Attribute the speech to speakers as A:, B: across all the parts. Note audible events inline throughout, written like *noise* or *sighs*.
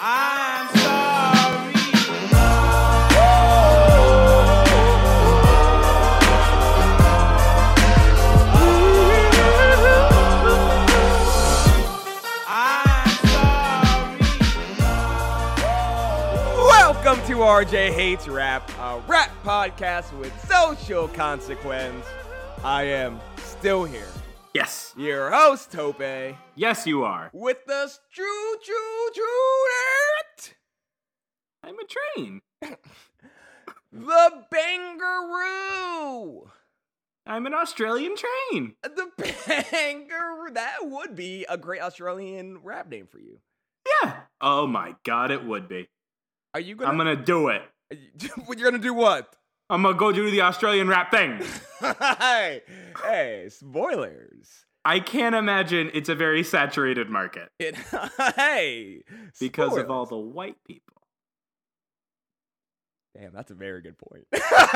A: I'm sorry. I'm sorry. Welcome to RJ Hates Rap, a rap podcast with social consequence. I am still here.
B: Yes.
A: Your host, Tope,
B: Yes, you are.
A: with the Choo Choo Choo
B: I'm a train.
A: The Bangaroo!
B: I'm an Australian train.
A: The *laughs* Bangaroo! That would be a great Australian rap name for you.
B: Yeah. Oh my god, it would be.
A: Are you gonna.
B: I'm
A: *laughs*
B: gonna do it.
A: Are you- You're gonna do what? *laughs*
B: I'm gonna go do the Australian rap *laughs* thing.
A: hey, hey, spoilers.
B: I can't imagine it's a very saturated market
A: It, *laughs* hey,
B: because
A: spoilers.
B: of all the white people.
A: Damn, that's a very good
B: *laughs*
A: point. *laughs*
B: yes.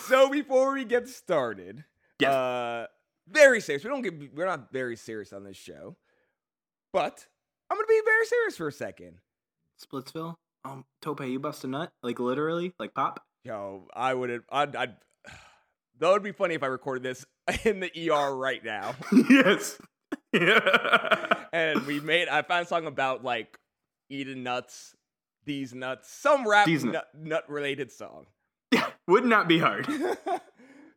A: so before we get started, uh, very serious. We don't get. We're not very serious on this show, but I'm gonna be very serious for a second.
B: *laughs* Splitsville? Um, Tope, you bust a nut? Like literally? Like pop?
A: Yo, I would. I'd. I'd *sighs* that would be funny if I recorded this *laughs* in the ER right now,
B: yes. *laughs* Yeah.
A: and we made. I found a song about like eating nuts, these nuts, some rap
B: These nut-
A: nut, nut related song.
B: Would not be *laughs* hard.
A: so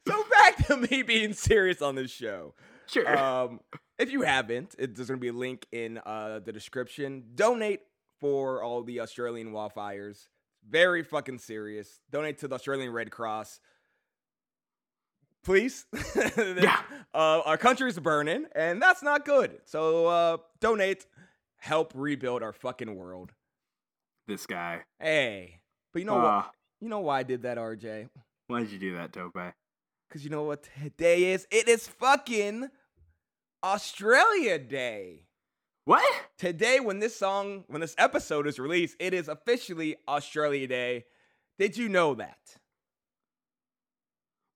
A: back to me being serious on this show.
B: Sure.
A: Um, if you haven't, it, there's gonna be a link in uh the description. Donate for all the Australian wildfires. Very fucking serious. Donate to the Australian Red Cross. Please. *laughs*
B: yeah.
A: uh, our country's burning, and that's not good. So uh, donate, help rebuild our fucking world.
B: This guy.
A: Hey, but you know what?
B: Ah,
A: You know why I did that, RJ?
B: why did you do that, Tope?
A: Because you know what today is? It is fucking Australia Day.
B: What?
A: Today, when this song, when this episode is released, it is officially Australia Day. Did you know that?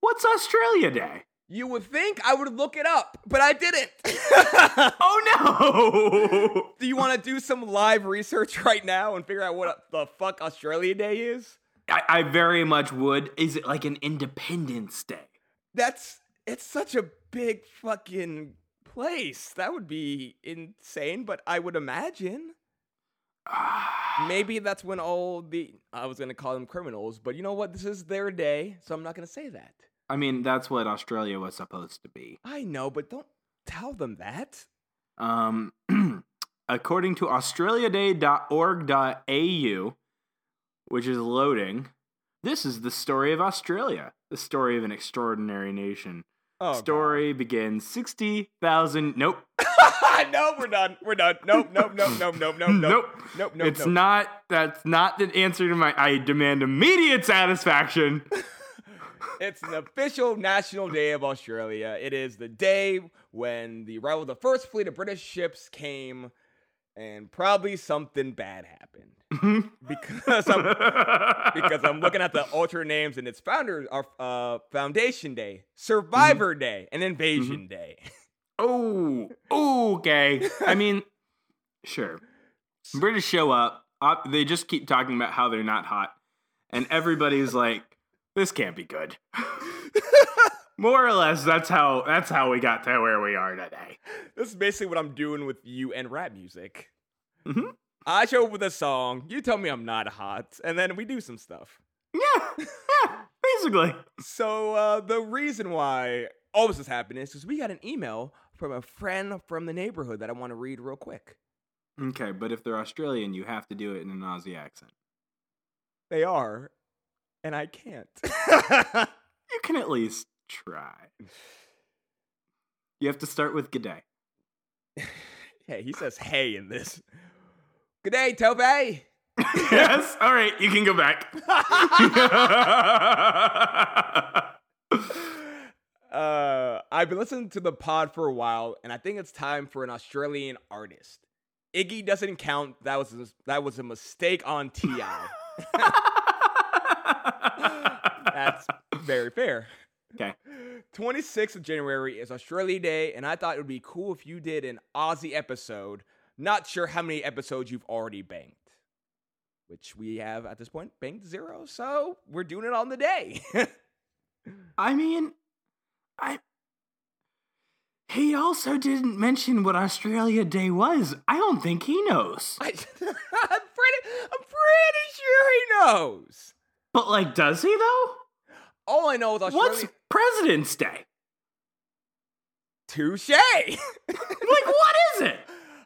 B: What's Australia Day?
A: You would think I would look it up, but I didn't. *laughs*
B: Oh no! *laughs*
A: do you want to do some live research *laughs* right now and figure out what the fuck Australia Day is?
B: I, I very much would. Is it like an Independence Day?
A: That's it's such a big fucking place. That would be insane, but I would imagine
B: Ah,
A: maybe that's when all the I was gonna call them criminals, but you know what? This is their day, so I'm not gonna say that.
B: I mean, that's what Australia was supposed to be.
A: I know, but don't tell them that.
B: Um, *clears throat* according to australiaday.org.au, which is loading, this is the story of Australia, the story of an extraordinary nation.
A: Oh, *laughs*
B: story begins 60,000. Nope. *clears throat*
A: God. no, we're done. We're done. Nope, nope, nope, nope, nope, nope, nope,
B: Nope.
A: nope, nope.
B: it's
A: nope.
B: not. That's not the answer to my. I demand immediate satisfaction.
A: It's an official national day of Australia. It is the day when the arrival of the first fleet of British ships came, and probably something bad happened
B: Mm-hmm.
A: because I'm
B: *laughs*
A: because I'm looking at the altar names and its founder, our uh, Foundation Day, Survivor
B: Mm-hmm.
A: Day, and Invasion Day.
B: oh, okay. I mean, *laughs* sure. British show up. Op- they just keep talking about how they're not hot, and everybody's like, "This can't be good." *laughs* More or less, that's how that's how we got to where we are today.
A: This is basically what I'm doing with you and rap music.
B: Mhm.
A: I show up with a song, you tell me I'm not hot, and then we do some stuff.
B: Yeah, yeah, basically.
A: So uh, the reason why all this is happening is because we got an email from a friend from the neighborhood that I want to read real quick.
B: Okay, but if they're Australian, you have to do it in an Aussie accent.
A: They are, and I can't. *laughs*
B: You can at least try. You have to start with G'day.
A: hey, he says hey in this. Good day, Tope.
B: *laughs* yes. All right. You can go back. *laughs*
A: Uh, I've been listening to the pod for a while, and I think it's time for an Australian artist. Iggy doesn't count. That was a, that was a mistake on Ti. That's very fair.
B: okay.
A: 26th of January is Australia Day, and I thought it would be cool if you did an Aussie episode. Not sure how many episodes you've already banked, which we have at this point banked zero, so we're doing it on the day. *laughs*
B: I mean, I. He also didn't mention what Australia Day was. I don't think he knows.
A: I, I'm pretty, I'm pretty sure he knows.
B: But like, does he though?
A: All I know is Australia.
B: What's President's Day?
A: Touche. *laughs*
B: Like, what is it?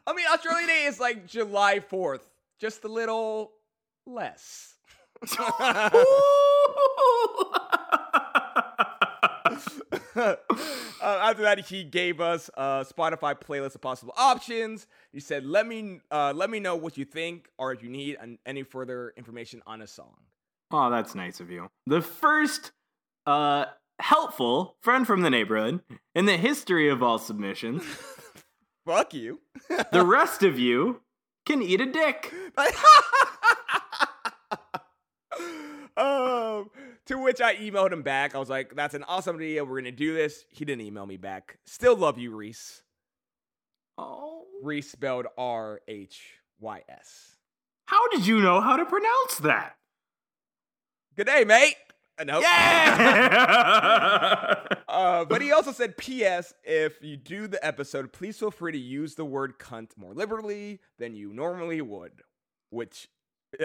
A: I mean, Australia Day is like July 4th, just a little less.
B: *laughs* Ooh.
A: uh, after that, he gave us a Spotify playlist of possible options. He said, "Let me uh, let me know what you think, or if you need an, any further information on a song."
B: oh, that's nice of you. The first uh, helpful friend from the neighborhood in the history of all submissions.
A: Fuck you.
B: The rest of you can eat a dick.
A: *laughs* um, to which I emailed him back. I was like, "That's an awesome idea. We're gonna do this." He didn't email me back. Still love you, Reese.
B: Oh.
A: Reese spelled R H Y S.
B: How did you know how to pronounce that?
A: Good day, mate. Uh, nope.
B: Yeah.
A: *laughs*
B: *laughs*
A: Uh, but he also said, P.S. If you do the episode, please feel free to use the word cunt more liberally than you normally would. Which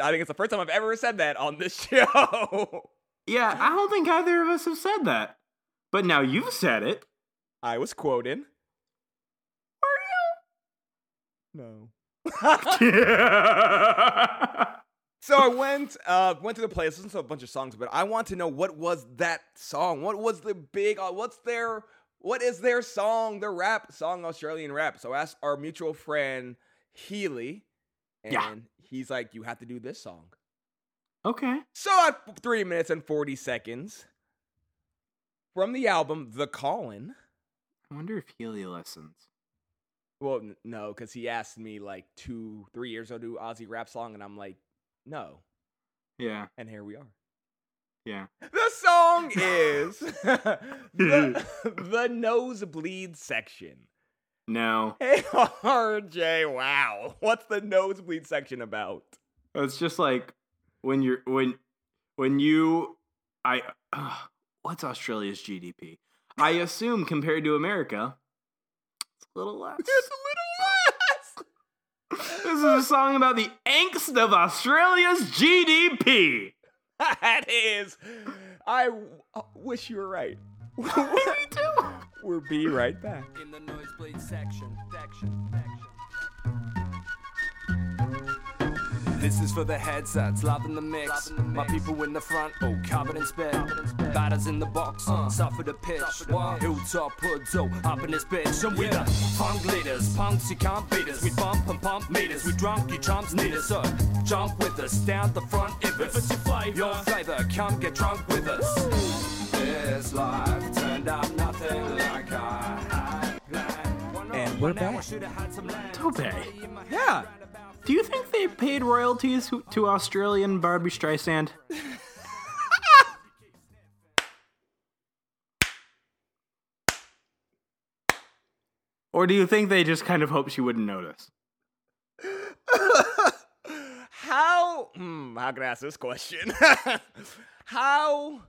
A: I think it's the first time I've ever said that on this *laughs* show.
B: yeah, I don't think either of us have said that. But now you've said it.
A: I was quoting. Are you? No. So I went uh, went to the playlist, listened to a bunch of songs, but I want to know what was that song? What was the big? Uh, what's their? What is their song? Their rap song, Australian rap. So I asked our mutual friend Healy, and
B: Yeah.
A: he's like, "You have to do this song."
B: okay.
A: So at three minutes and forty seconds from the album The Callin',
B: I wonder if Healy listens.
A: Well, n- no, because he asked me like two, three years ago to do Aussie rap song, and I'm like, no.
B: Yeah,
A: And here we are.
B: yeah.
A: The song is the, the nosebleed section.
B: No,
A: Hey, RJ, wow. What's the nosebleed section about?
B: it's just like when you're when when you I *sighs* uh, what's Australia's GDP? I assume compared to America, it's a little less.
A: It's a
B: This is a song about the angst of Australia's GDP.
A: little less. *laughs* that is. I w- uh, wish you were right. we'll be right back.
C: in the nosebleed section. section, section. This is for the headsets, love in the mix. My people in the front, oh, covered in spit. Batters in the box, suffer the pitch. What? Hilltop hoods, oh, up in this bitch. And we the funk leaders, punks, you can't beat us. We bump and pump meters, we drunk, you chumps need us. So jump with us, down the front if it's, your flavor. Your flavor, come get drunk with us. This life turned out nothing like I had planned.
A: And we're back.
B: Tope,
A: Yeah.
B: do you think they paid royalties who- to Australian Barbie *laughs* Streisand? or do you think they just kind of hoped she wouldn't notice?
A: how hmm, how can I ask this question? how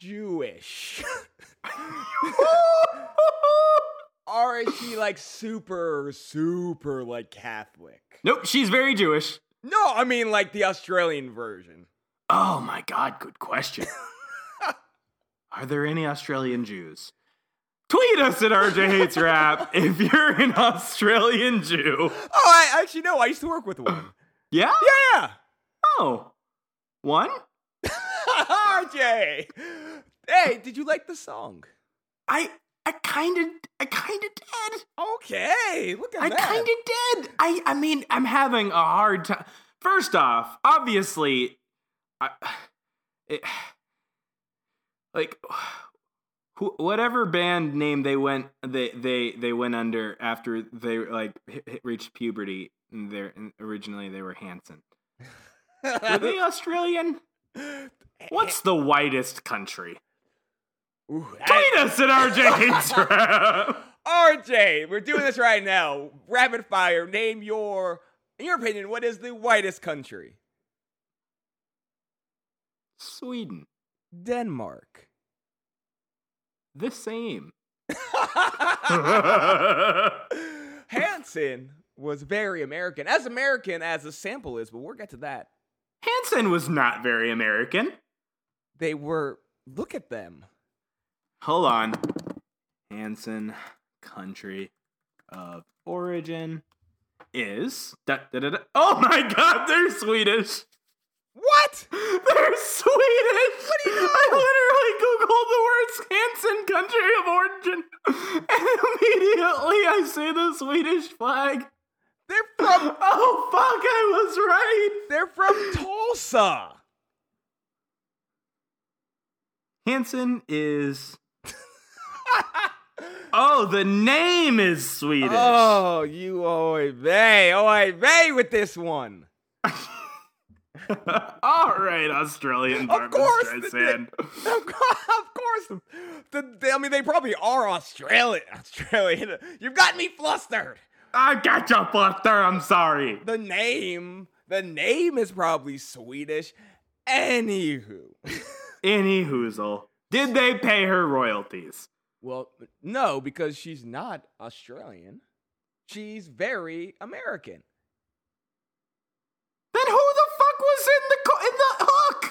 A: Jewish or is she like super super like Catholic?
B: Nope, she's very Jewish.
A: No, I mean like the Australian version.
B: Oh my god, good *laughs* question. Are there any Australian Jews? Tweet us at RJ Hates Rap if you're an Australian Jew.
A: Oh, I actually know. I used to work with one.
B: Yeah?
A: *laughs* Yeah.
B: Oh. One?
A: RJ. Hey, did you like the song?
B: I I kind of, I kind of did.
A: Okay, look at
B: I
A: that.
B: kind of did. I, I mean, I'm having a hard time. First off, obviously, I, *sighs* it, *sighs* like, *sighs* who, whatever band name they went, they, they, they went under after they like hit, hit- reached puberty. And they're and originally they were Hanson.
A: *laughs*
B: Were they Australian? What's the whitest country?
A: Ooh, I-
B: Beat us in RJ
A: *laughs*
B: hates rap.
A: RJ, we're doing this right now. Rapid fire. Name your, in your opinion, what is the whitest country?
B: Sweden,
A: Denmark. *laughs*
B: the same. *laughs*
A: Hanson was very American, as American as the sample is, but we'll get to that.
B: Hanson was not very American.
A: They were, look at them.
B: Hold on. Hanson country of origin is. Da, da, da, da. Oh my god, they're Swedish!
A: What?
B: They're Swedish! What do you know? I literally googled the words Hanson country of origin and *laughs* immediately I see the Swedish flag.
A: They're from,
B: Oh fuck, I was right!
A: they're from Tulsa.
B: Hanson is. oh, the name is Swedish.
A: Oh, you oy vey, oy vey with this one.
B: *laughs* All right, Australian Barbra
A: course they
B: Streisand.
A: Of cour- of course, the, they- I mean they probably are Australian. Australian, you've got me flustered.
B: I got you, Buster. I'm sorry.
A: The name, the name is probably Swedish. Anywho,
B: Any hoozle. Did they pay her royalties?
A: well, no, because she's not Australian. She's very American.
B: Then who the fuck was in the co- in the hook?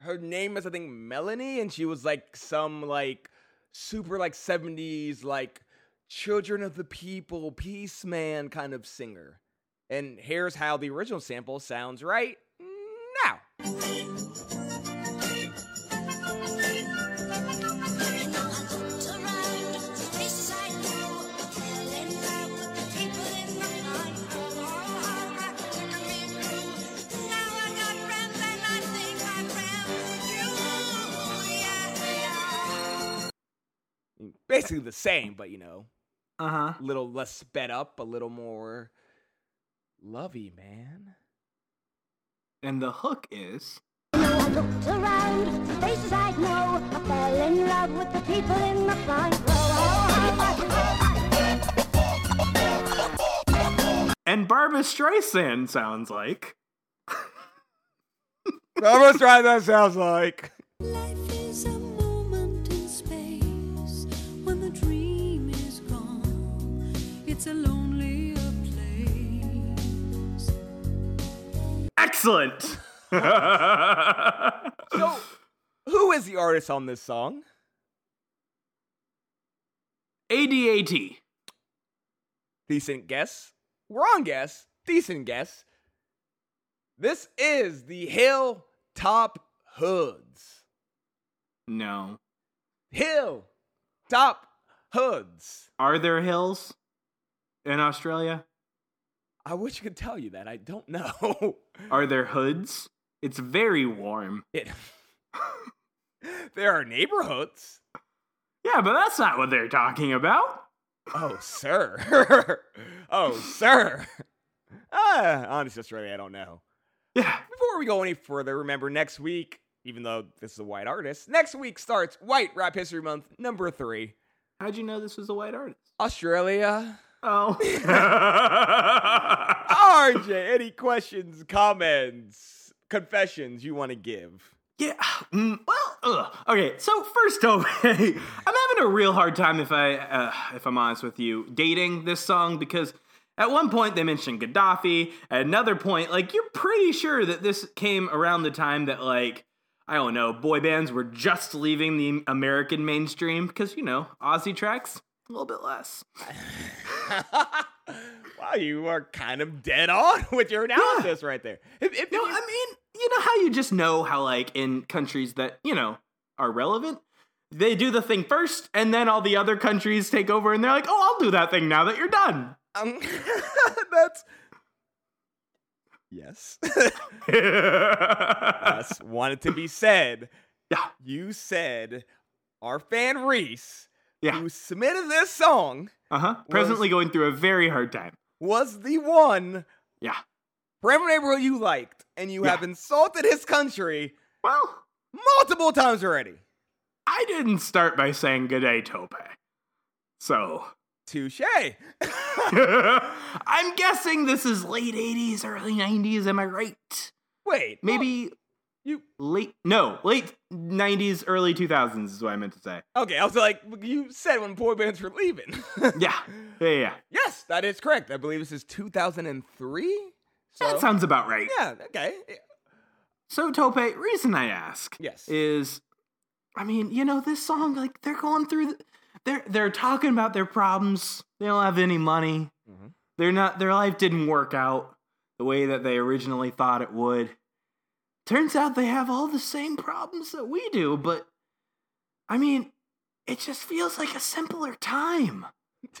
A: Her name is I think Melanie, and she was like some like super like seventies like children of the people, peace man kind of singer. And here's how the original sample sounds right now. Basically the same, but you know,
B: Uh huh.
A: a little less sped up, a little more lovey, man.
B: And the hook is.
D: I looked around, the faces I know. I fell in love with the people in the front row.
B: And Barbra Streisand sounds like.
A: *laughs* Almost right that sounds like.
E: Life is a moment in space when the dream is gone. It's a lonelier place.
B: Excellent. *laughs*
A: So who is the artist on this song?
B: ADAT.
A: Decent guess. Wrong guess. Decent guess. This is the Hill Top Hoods.
B: No.
A: Hill Top Hoods.
B: Are there hills in Australia?
A: I wish I could tell you that. I don't know. *laughs*
B: Are there hoods? It's very warm.
A: It- *laughs* there are neighborhoods.
B: Yeah, but that's not what they're talking about.
A: Oh, sir. *laughs* oh, sir. *laughs* Ah, honestly, Australia, I don't know.
B: Yeah.
A: Before we go any further, remember next week, even though this is a white artist, next week starts White Rap History Month number three.
B: How'd you know this was a white artist?
A: Australia.
B: Oh. *laughs*
A: RJ, any questions, comments, confessions you want to give? *laughs*
B: yeah. mm, Well, ugh. okay. So first off, *laughs* I'm having a real hard time if I, uh, if I'm honest with you, dating this song because at one point they mentioned Gaddafi. At another point, like you're pretty sure that this came around the time that like I don't know, boy bands were just leaving the American mainstream because you know Aussie tracks a little bit less.
A: wow, you are kind of dead on *laughs* with your analysis right there. If, if
B: No,
A: you-
B: I mean, you know how you just know how like in countries that, you know, are relevant, they do the thing first, and then all the other countries take over, and they're like, "Oh, I'll do that thing now that you're done."
A: *laughs*
F: Um, that's
A: *laughs*
F: yes.
B: yeah.
F: That's wanted to be said. You said our fan Reese,
B: Yeah.
F: who submitted this song,
B: Uh huh. Presently going through a very hard time.
F: was the one
B: Yeah.
F: for every neighborhood you liked, and you have
B: Yeah.
F: insulted his country
B: Well,
F: multiple times already.
B: I didn't start by saying good day, Tope. So *laughs*
F: Touche. *laughs*
B: I'm guessing this is late 80s, early 90s. Am I right?
F: Wait, oh, no,
B: Maybe
F: you.
B: late. No, late 90s, early 2000s is what I meant to say.
F: Okay, I was like, you said when boy bands were leaving. *laughs*
B: Yeah. Yeah. yeah.
F: Yes, that is correct. I believe this is 2003. So
B: That sounds about right.
F: yeah, okay. *laughs*
B: So Tope, reason I ask,
F: Yes.
B: is, I mean, you know, this song, like they're going through, the, they're they're talking about their problems. They don't have any money.
F: Mm-hmm.
B: They're not. Their life didn't work out the way that they originally thought it would. Turns out they have all the same problems that we do, but, I mean, it just feels like a simpler time.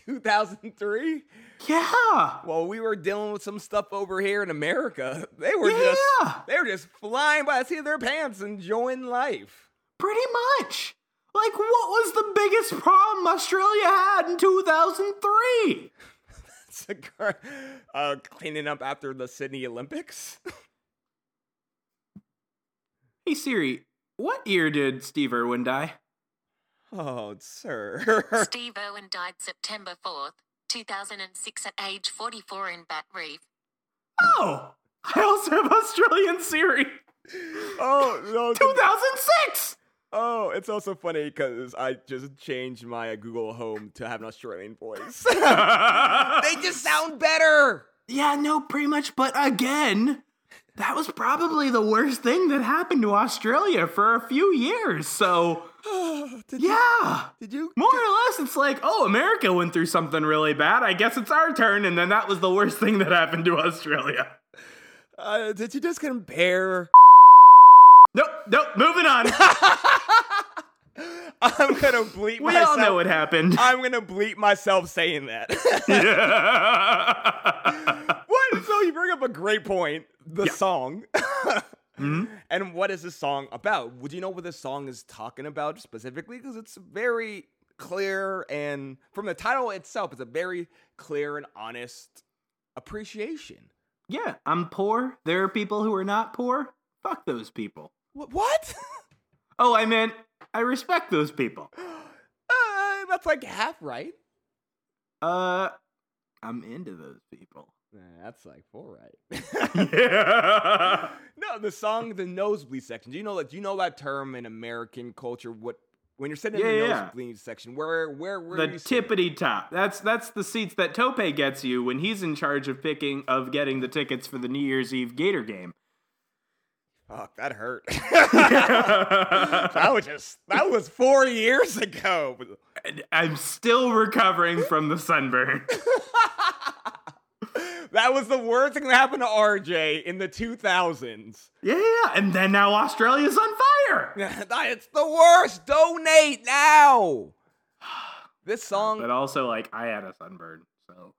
F: 2003.
B: Yeah.
F: Well, we were dealing with some stuff over here in America. *laughs* They were
B: Yeah.
F: just they were just flying by the seat of their pants, enjoying life. *laughs*
B: Pretty much. Like, what was the biggest problem Australia had in 2003?
F: Cigar, uh, cleaning up after the Sydney Olympics.
B: Hey Siri, what year did Steve Irwin die?
F: Oh, sir. *laughs*
G: Steve Irwin died September 4th, 2006 at age 44 in Bat Reef.
B: Oh, I also have Australian Siri.
F: oh no. *laughs* it's-
B: 2006.
F: Oh, it's also funny because I just changed my uh, Google Home to have an Australian voice. they just sound better.
B: Yeah, no, pretty much. But again, that was probably the worst thing that happened to Australia for a few years. So
F: *sighs* Did you-
B: yeah,
F: *laughs* did you? *laughs*
B: more or less, it's like, oh, America went through something really bad. I guess it's our turn. And then that was the worst thing that happened to Australia.
F: Uh, did you just compare?
B: Nope, nope. Moving *laughs* on.
F: I'm gonna bleep
B: we
F: myself.
B: all know what *laughs* happened.
F: I'm gonna bleep myself saying that. *laughs* what? So you bring up a great point. The song. *laughs*
B: Mm-hmm.
F: And what is this song about? Would you know what this song is talking about specifically? Because it's very clear and from the title itself, it's a very clear and honest appreciation.
B: Yeah, I'm poor. There are people who are not poor. Fuck those people.
F: Wh- What?
B: Oh, I meant I respect those people.
F: *laughs* uh, that's like half right.
B: Uh, I'm into those people.
F: Nah, That's like full right.
B: *laughs* Yeah.
F: No, the song, the nosebleed section. Do you know that? Do you know that term in American culture? What when you're sitting in
B: Yeah,
F: the
B: yeah.
F: nosebleed section, where where where
B: The
F: are you sitting?
B: tippity top. That's that's the seats that Tope gets you when he's in charge of picking of getting the tickets for the New Year's Eve Gator game. *laughs*
F: Fuck, that hurt. *laughs* that was just that was four years ago.
B: And I'm still recovering from the sunburn.
F: That was the worst thing that happened to RJ in the 2000s.
B: *laughs* yeah, and then now Australia's on fire.
F: *laughs* That- it's the worst. Donate now. This
B: But
F: song,
B: also, like, I had a sunburn, so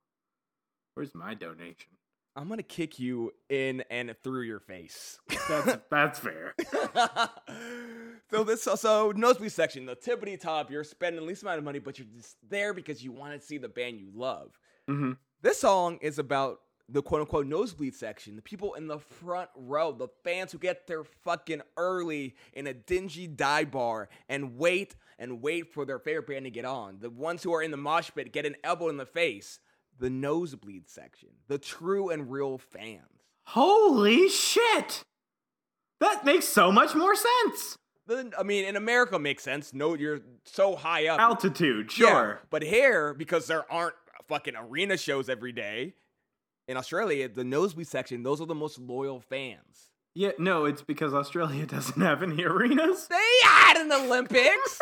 B: where's my donation?
F: I'm gonna kick you in and through your face.
B: *laughs* That's that's fair.
F: *laughs* so this so, so nosebleed section, the tippity top, you're spending the least amount of money, but you're just there because you want to see the band you love.
B: Mhm.
F: This song is about the quote unquote nosebleed section, the people in the front row, the fans who get there fucking early in a dingy dive bar and wait and wait for their favorite band to get on. The ones who are in the mosh pit get an elbow in the face. The nosebleed section, the true and real fans.
B: Holy shit! That makes so much more sense.
F: Then I mean, in America it makes sense. No, you're so high
B: Um,
F: up.
B: Altitude,
F: Yeah,
B: sure.
F: but here, because there aren't fucking arena shows every day in Australia, the nosebleed section, those are the most loyal fans.
B: Yeah, no, it's because Australia *laughs* doesn't have any arenas.
F: They had an Olympics.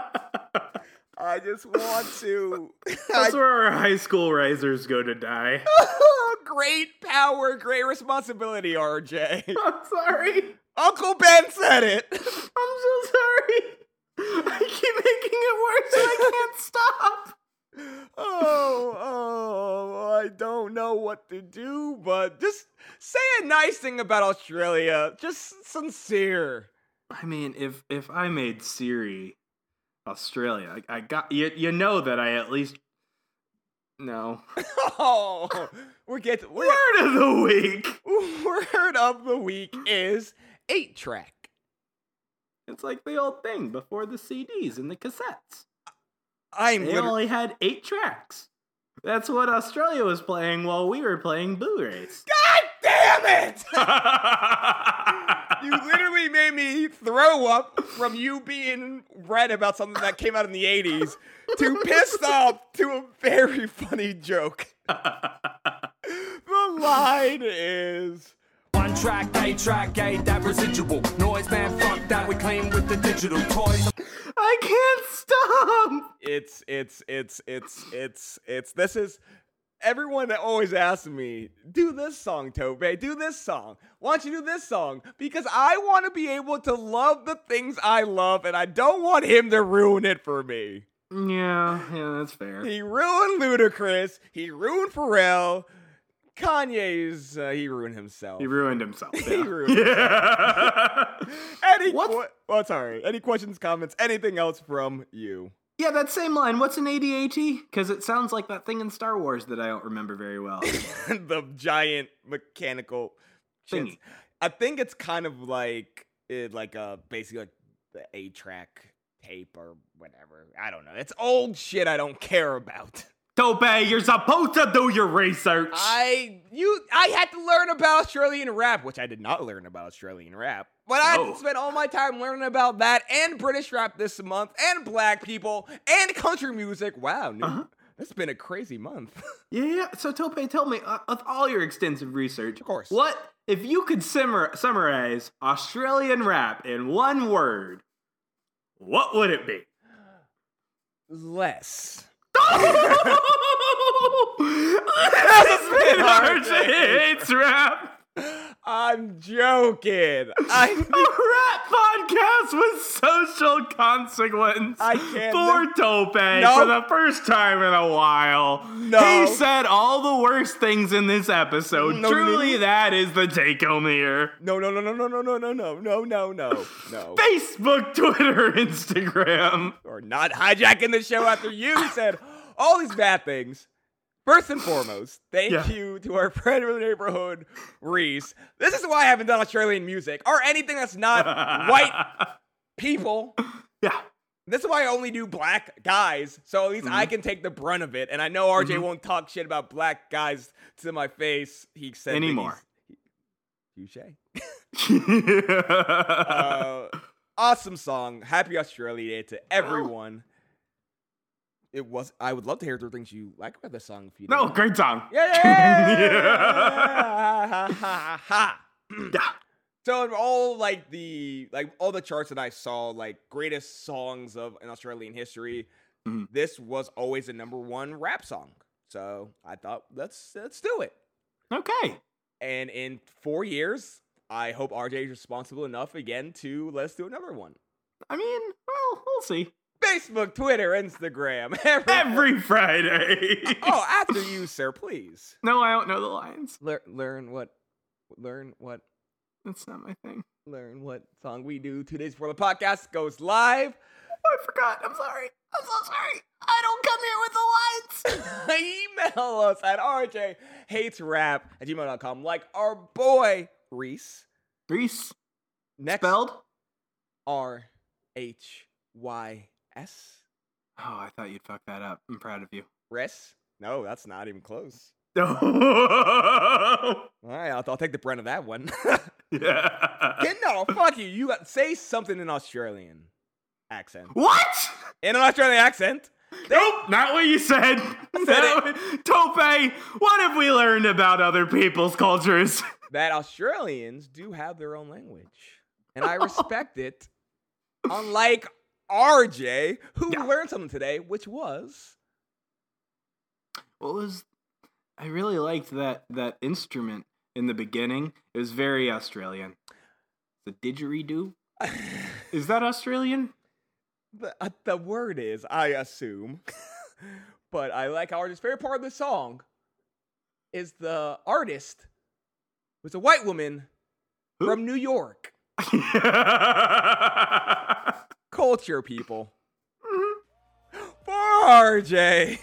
F: I just want to.
B: *laughs* That's where our high school risers go to *laughs* die.
F: *laughs* great power, great responsibility, RJ.
B: I'm sorry.
F: Uncle Ben said it. *laughs*
B: I'm so I keep making it worse and I can't stop.
F: oh, oh, I don't know what to do, but just say a nice thing about Australia. Just sincere.
B: *laughs*
F: *laughs*
B: I mean, if if I made Siri Australia, I, I got you. You know that I at least *laughs* no
F: Oh, we're getting we're,
B: word of the week.
F: word of the week is eight track.
B: It's like the old thing before the CDs and the cassettes.
F: I'm
B: They
F: literally
B: only had eight tracks. That's what Australia was playing while we were playing *laughs* Blu-rays.
F: God damn it! *laughs* You literally made me throw up from you being read about something that came out in the 80s to *laughs* pissed off to a very funny *laughs* joke. the line is
A: One track, eight track, eight, that residual noise, man. Fuck that, we clean with the digital toys.
B: I can't stop.
F: it's it's it's it's it's it's this is everyone that always asks me, do this song, Tope, do this song. Why don't you do this song? Because I want to be able to love the things I love and I don't want him to ruin it for me.
B: Yeah, yeah, that's fair.
F: He ruined Ludacris. He ruined Pharrell. Kanye's uh, he ruined
B: *laughs*
F: himself.
B: He ruined himself.
F: He
B: yeah.
F: ruined Any
B: What?
F: que- well, sorry. Any questions, comments, anything else from you?
B: Yeah, that same line. What's an ADAT? Because it sounds like that thing in Star Wars that I don't remember very well.
F: *laughs* the giant mechanical shits.
B: Thingy.
F: I think it's kind of like it, like a basically like the A track tape or whatever. I don't know. It's old shit. I don't care about.
B: *laughs* Tope, you're supposed to do your research.
F: I you I had to learn about Australian rap, which I did not learn about Australian rap. But I
B: No.
F: spent all my time learning about that and British rap this month and black people and country music. Wow, new, it's been a crazy month. *laughs*
B: Yeah, yeah. So Tope, tell me, uh, with all your extensive research, of
F: course.
B: what if you could simmer, summarize Australian rap in one word? What would it *laughs* be?
F: Less.
B: *laughs*
F: *laughs*
B: That's
F: been hard,
B: It's rap.
F: I'm joking.
B: *laughs*
F: I
B: A rap podcast with social consequence.
F: I can't-
B: For Tope,
F: No.
B: for the first time in a while,
F: No.
B: he said all the worst things in this episode.
F: No, no, no.
B: Truly, that is the take home here.
F: no no no no no no no no no no no no no.
B: Facebook, Twitter, *laughs* Instagram.
F: Or not hijacking the show after you said all these bad things. First and foremost, thank
B: Yeah.
F: you to our friend of the neighborhood, Reese. This is why I haven't done Australian music or anything
B: *laughs*
F: that's not white people.
B: Yeah. *laughs*
F: This is why I only do black guys, so at least
B: Mm-hmm.
F: I can take the brunt of it. And I know RJ won't talk shit about black guys to my face. He said that he's-
B: Anymore.
F: Touche. uh, awesome song. Happy Australia Day to everyone. It was. I would love to hear the things you like about this song. If you
B: no,
F: do.
B: great song.
F: Yeah, yeah, yeah, yeah,
B: Yeah.
F: yeah, ha, ha, ha, ha.
B: *laughs* Yeah.
F: So in all like the like all the charts that I saw, like greatest songs of in Australian history,
B: Mhm.
F: this was always the number one rap song. So I thought let's let's do it.
B: Okay.
F: And in four years, I hope RJ is responsible enough again to let's do another one.
B: I mean, well, we'll see.
F: Facebook, Twitter, Instagram, *laughs* every-
B: Every Friday.
F: oh, after you, sir, please
B: *laughs* No, I don't know the lines.
F: learn learn what learn what
B: That's not my thing.
F: learn what song we do two days before the podcast goes live. *laughs*
B: Oh, I forgot. I'm sorry. I'm so sorry. I don't come here with the lines.
F: Email us at rj hates rap at gmail.com like our boy Reese.
B: Reese
F: Next
B: spelled? Oh,
F: R H Y S.
B: Oh, I thought you'd fuck that up. I'm proud of you.
F: Res? No, that's not even close.
B: No.
F: All right, I'll, I'll take the brunt of that one.
B: *laughs*
F: *laughs*
B: yeah.
F: Get- no, fuck you. You got say something in Australian accent.
B: What?
F: In an Australian accent?
B: Nope, not what you said. That wa- Tope, what have we learned about other people's cultures?
F: that Australians do have their own language.
B: *laughs*
F: And I respect it. Unlike RJ, who
B: Yeah.
F: learned something today, which was
B: What was? I really liked that that instrument in the beginning. It *laughs* was very Australian. The didgeridoo. Is that Australian?
F: The, uh, the word is, I assume. *laughs* but I like how our favorite part of the song is the artist was a white woman from New York.
B: *laughs*
F: Culture people. For RJ,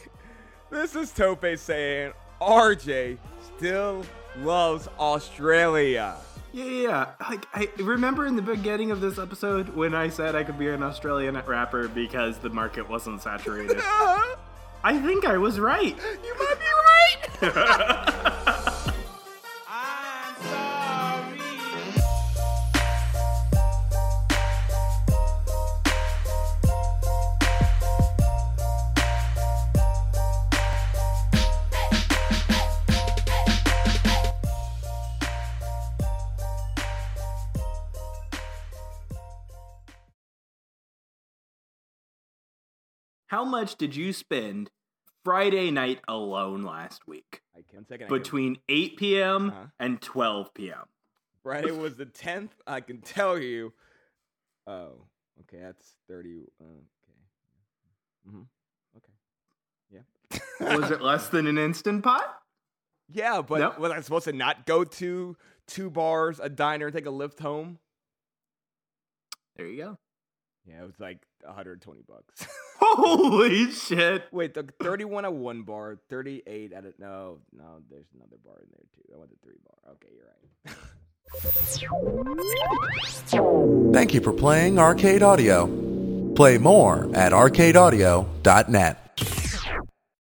F: this is Tope saying RJ still loves Australia.
B: Yeah, yeah. yeah. Like I remember in the beginning of this episode when I said I could be an Australian rapper because the market wasn't *laughs* saturated. I think I was right.
F: You might be right.
B: How much did you spend Friday night alone last week?
F: I can take it.
B: Between 8 p.m.
F: Uh-huh.
B: and 12 p.m.
F: Friday was the tenth. I can tell you. Oh, okay. That's thirty. uh, Okay. hmm Okay. Yeah.
B: Was it less than an instant pot?
F: yeah, but
B: Nope.
F: was I supposed to not go to two bars, a diner, and take a lift home?
B: There you go.
F: Yeah, it was like 120 bucks.
B: *laughs*
F: *laughs*
B: Holy shit.
F: Wait, the 31 at one bar, 38 at a no, no. There's another bar in there too. I went to three bar. Okay, you're right. *laughs*
C: Thank you for playing Arcade Audio. Play more at arcadeaudio.net.